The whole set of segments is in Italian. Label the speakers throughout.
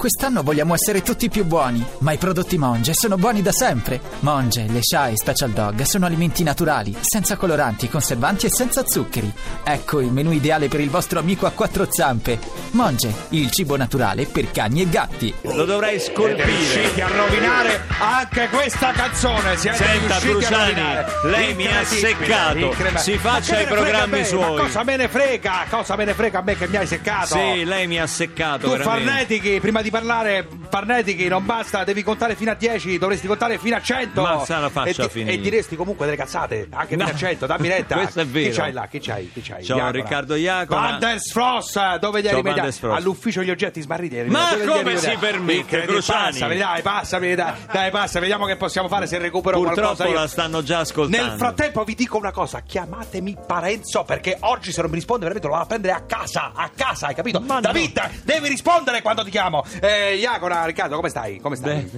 Speaker 1: Quest'anno vogliamo essere tutti più buoni, ma i prodotti Monge sono buoni da sempre. Monge, le Sha e Special Dog sono alimenti naturali, senza coloranti, conservanti e senza zuccheri. Ecco il menù ideale per il vostro amico a quattro zampe. Monge, il cibo naturale per cani e gatti.
Speaker 2: Lo dovrei
Speaker 3: Siete
Speaker 2: scolpire.
Speaker 3: riusciti a rovinare anche questa canzone. Siete
Speaker 2: Senta
Speaker 3: riusciti a
Speaker 2: Cruciani,
Speaker 3: rovinare.
Speaker 2: lei mi ha
Speaker 3: Incredibile,
Speaker 2: seccato.
Speaker 3: incredibile.
Speaker 2: Si
Speaker 3: Ma
Speaker 2: faccia
Speaker 3: che
Speaker 2: i
Speaker 3: me ne frega
Speaker 2: programmi
Speaker 3: a me?
Speaker 2: suoi.
Speaker 3: Ma cosa me ne frega? Cosa me ne frega a me che mi hai seccato?
Speaker 2: Sì, lei mi ha seccato
Speaker 3: Tu
Speaker 2: veramente.
Speaker 3: farnetichi, prima di parlare, farnetichi, non basta, devi contare fino a 10, dovresti contare fino a 100.
Speaker 2: Ma sa la
Speaker 3: e,
Speaker 2: faccia
Speaker 3: di-
Speaker 2: finita.
Speaker 3: e diresti comunque delle cazzate, anche
Speaker 2: No.
Speaker 3: fino a 100, dammi retta.
Speaker 2: Questo è
Speaker 3: Chi
Speaker 2: vero.
Speaker 3: c'hai là? Chi c'hai? Chi c'hai?
Speaker 2: C'ho Riccardo Iacona.
Speaker 3: Van der Sfross,
Speaker 2: C'ho Van
Speaker 3: dove gli hai
Speaker 2: der
Speaker 3: rimediati?
Speaker 2: Sfross.
Speaker 3: All'ufficio gli oggetti smarriti. eri
Speaker 2: Ma
Speaker 3: rimediati. Dove li
Speaker 2: come
Speaker 3: eri
Speaker 2: si
Speaker 3: rimediati?
Speaker 2: permette,
Speaker 3: Incredibile,
Speaker 2: Cruciani?
Speaker 3: Passami, dai, passami, dai, dai, passa, vediamo che possiamo fare se recupero qualcosa.
Speaker 2: Purtroppo
Speaker 3: io.
Speaker 2: la stanno già ascoltando.
Speaker 3: Nel frattempo vi dico una cosa, chiamatemi Parenzo perché oggi se non mi risponde veramente lo vado a prendere a casa, a casa, hai capito?
Speaker 2: Ma no.
Speaker 3: David, devi rispondere quando ti chiamo. Eh, Iacona, Riccardo, come stai? Come stai?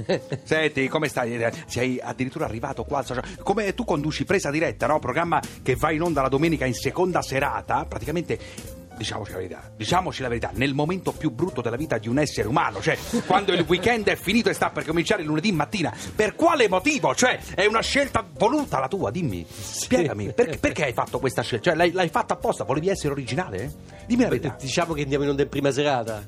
Speaker 3: Senti, come stai? Eh, Sei addirittura arrivato qua al social. Come tu conduci presa diretta, no? Programma che va in onda la domenica in seconda serata, praticamente Diciamoci la verità, diciamoci la verità, nel momento più brutto della vita di un essere umano, cioè quando il weekend è finito e sta per cominciare il lunedì mattina, per quale motivo? Cioè è una scelta voluta la tua, dimmi, spiegami, perché, perché hai fatto questa scelta? Cioè l'hai, l'hai fatta apposta, volevi essere originale? Dimmi la verità.
Speaker 4: Diciamo che andiamo in onda in prima serata.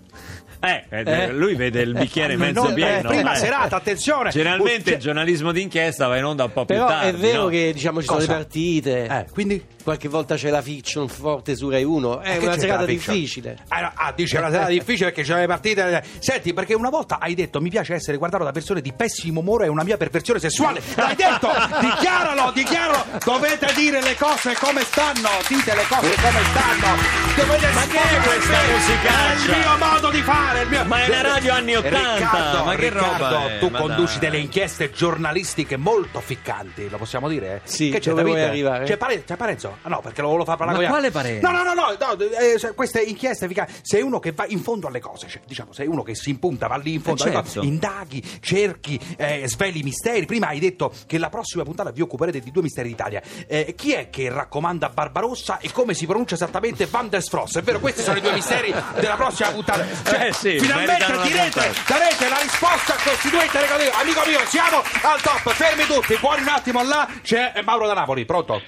Speaker 2: Eh, eh, lui vede il bicchiere
Speaker 3: Eh,
Speaker 2: mezzo
Speaker 3: non- eh,
Speaker 2: pieno.
Speaker 3: prima
Speaker 2: eh.
Speaker 3: serata, attenzione.
Speaker 2: Generalmente
Speaker 3: Cioè-
Speaker 2: il giornalismo d'inchiesta va in onda un po' più
Speaker 4: Però
Speaker 2: tardi.
Speaker 4: è vero
Speaker 2: no?
Speaker 4: che diciamo ci
Speaker 3: Cosa?
Speaker 4: sono le partite.
Speaker 3: Eh, quindi?
Speaker 4: Qualche volta c'è la fiction forte su Rai 1. È
Speaker 3: Eh, che
Speaker 4: una
Speaker 3: c'è
Speaker 4: serata
Speaker 3: la fiction?
Speaker 4: difficile.
Speaker 3: Ah, no, ah, dice una serata difficile perché c'è le partite. eh, Senti, perché una volta hai detto mi piace essere guardato da persone di pessimo umore è una mia perversione sessuale. L'hai detto! dichiaralo, dichiaralo! Dovete dire le cose come stanno! Dite le cose come stanno! Dovete
Speaker 2: Ma che è
Speaker 3: sfogare
Speaker 2: questa
Speaker 3: me.
Speaker 2: musicaccia?
Speaker 3: È il mio modo di fare! il mio- Eh,
Speaker 2: Ma è una radio anni 80,
Speaker 3: Riccardo,
Speaker 2: ma che
Speaker 3: Riccardo,
Speaker 2: roba è?
Speaker 3: Tu
Speaker 2: Ma
Speaker 3: conduci
Speaker 2: dai.
Speaker 3: delle inchieste giornalistiche molto ficcanti, lo possiamo dire?
Speaker 4: Sì,
Speaker 3: che c'è
Speaker 4: dove vuoi
Speaker 3: Davide?
Speaker 4: arrivare?
Speaker 3: C'è Pare- c'è Parenzo? Ah no, perché lo volevo far parlare
Speaker 2: Ma
Speaker 3: con gli altri.
Speaker 2: quale Parenzo?
Speaker 3: No, no, no, no, no, eh, cioè, questa è inchiesta efficace. Sei uno che va in fondo alle cose, cioè, diciamo, sei uno che si impunta, va lì in fondo
Speaker 2: Eh,
Speaker 3: alle
Speaker 2: certo.
Speaker 3: cose, indaghi, cerchi, eh, sveli i misteri. Prima hai detto che la prossima puntata vi occuperete di due misteri d'Italia. Eh, chi è che raccomanda Barbarossa e come si pronuncia esattamente Van der Sfross? È vero, questi sono i due misteri della prossima puntata. Cioè,
Speaker 2: Eh, sì,
Speaker 3: finalmente
Speaker 2: meritano una
Speaker 3: direte,
Speaker 2: puntata.
Speaker 3: darete la risposta a questi due interrogativi. Amico mio, siamo al top, fermi tutti, buoni un attimo là, c'è Mauro da Napoli, pronto?
Speaker 5: Eh,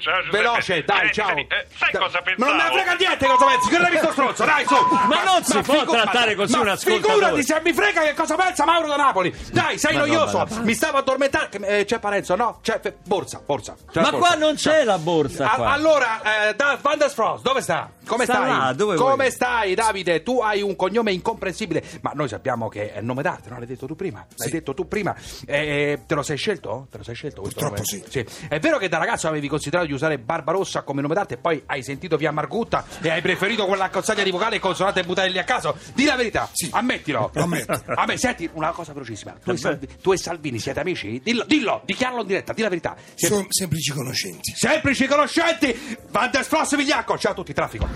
Speaker 5: ciao, Giuseppe.
Speaker 3: Veloce, dai,
Speaker 5: Eh,
Speaker 3: ciao.
Speaker 5: senti, eh, sai
Speaker 3: Da-
Speaker 5: cosa
Speaker 3: Ma
Speaker 5: pensavo?
Speaker 3: non me ne frega niente cosa pensi, che non hai visto stronzo, dai, su.
Speaker 2: Ma non si può
Speaker 3: figu-
Speaker 2: trattare così
Speaker 3: ma
Speaker 2: un ascoltatore.
Speaker 3: Figurati se mi frega che cosa pensa Mauro da Napoli. Dai, sei
Speaker 2: Ma no, ma
Speaker 3: noioso,
Speaker 2: la pazza.
Speaker 3: mi stavo addormentando. Che- eh, c'è Parenzo, no? C'è fe- Borsa, Borsa. C'è
Speaker 2: Ma
Speaker 3: la borsa.
Speaker 2: qua non c'è la borsa.
Speaker 3: A-
Speaker 2: qua.
Speaker 3: allora, eh, da Van der Sfrost, dove sta? Come
Speaker 2: Sta
Speaker 3: stai?
Speaker 2: là, dove
Speaker 3: Come
Speaker 2: vuoi?
Speaker 3: stai, Davide? Tu hai un cognome incomprensibile, ma noi sappiamo che è nome d'arte, no? L'hai detto tu prima. L'hai detto tu prima. Eh, eh, te lo sei scelto? Te lo sei scelto questo
Speaker 6: Purtroppo
Speaker 3: nome? Sì. È vero che da ragazzo avevi considerato di usare Barbarossa come nome d'arte, poi hai sentito via Margutta e hai preferito quella cozzaglia di vocale e consonante e buttarli a caso. Di la verità, ammettilo.
Speaker 6: Lo ammetto.
Speaker 3: Vabbè, senti, una cosa velocissima. Tu e, Salvi- tu e Salvini siete amici? Dillo, dillo, dichiaralo in diretta, di la verità. Siete-
Speaker 6: Sono semplici conoscenti.
Speaker 3: Semplici conoscenti, Van der Sfross Vigliacco. Ciao a tutti, traffico.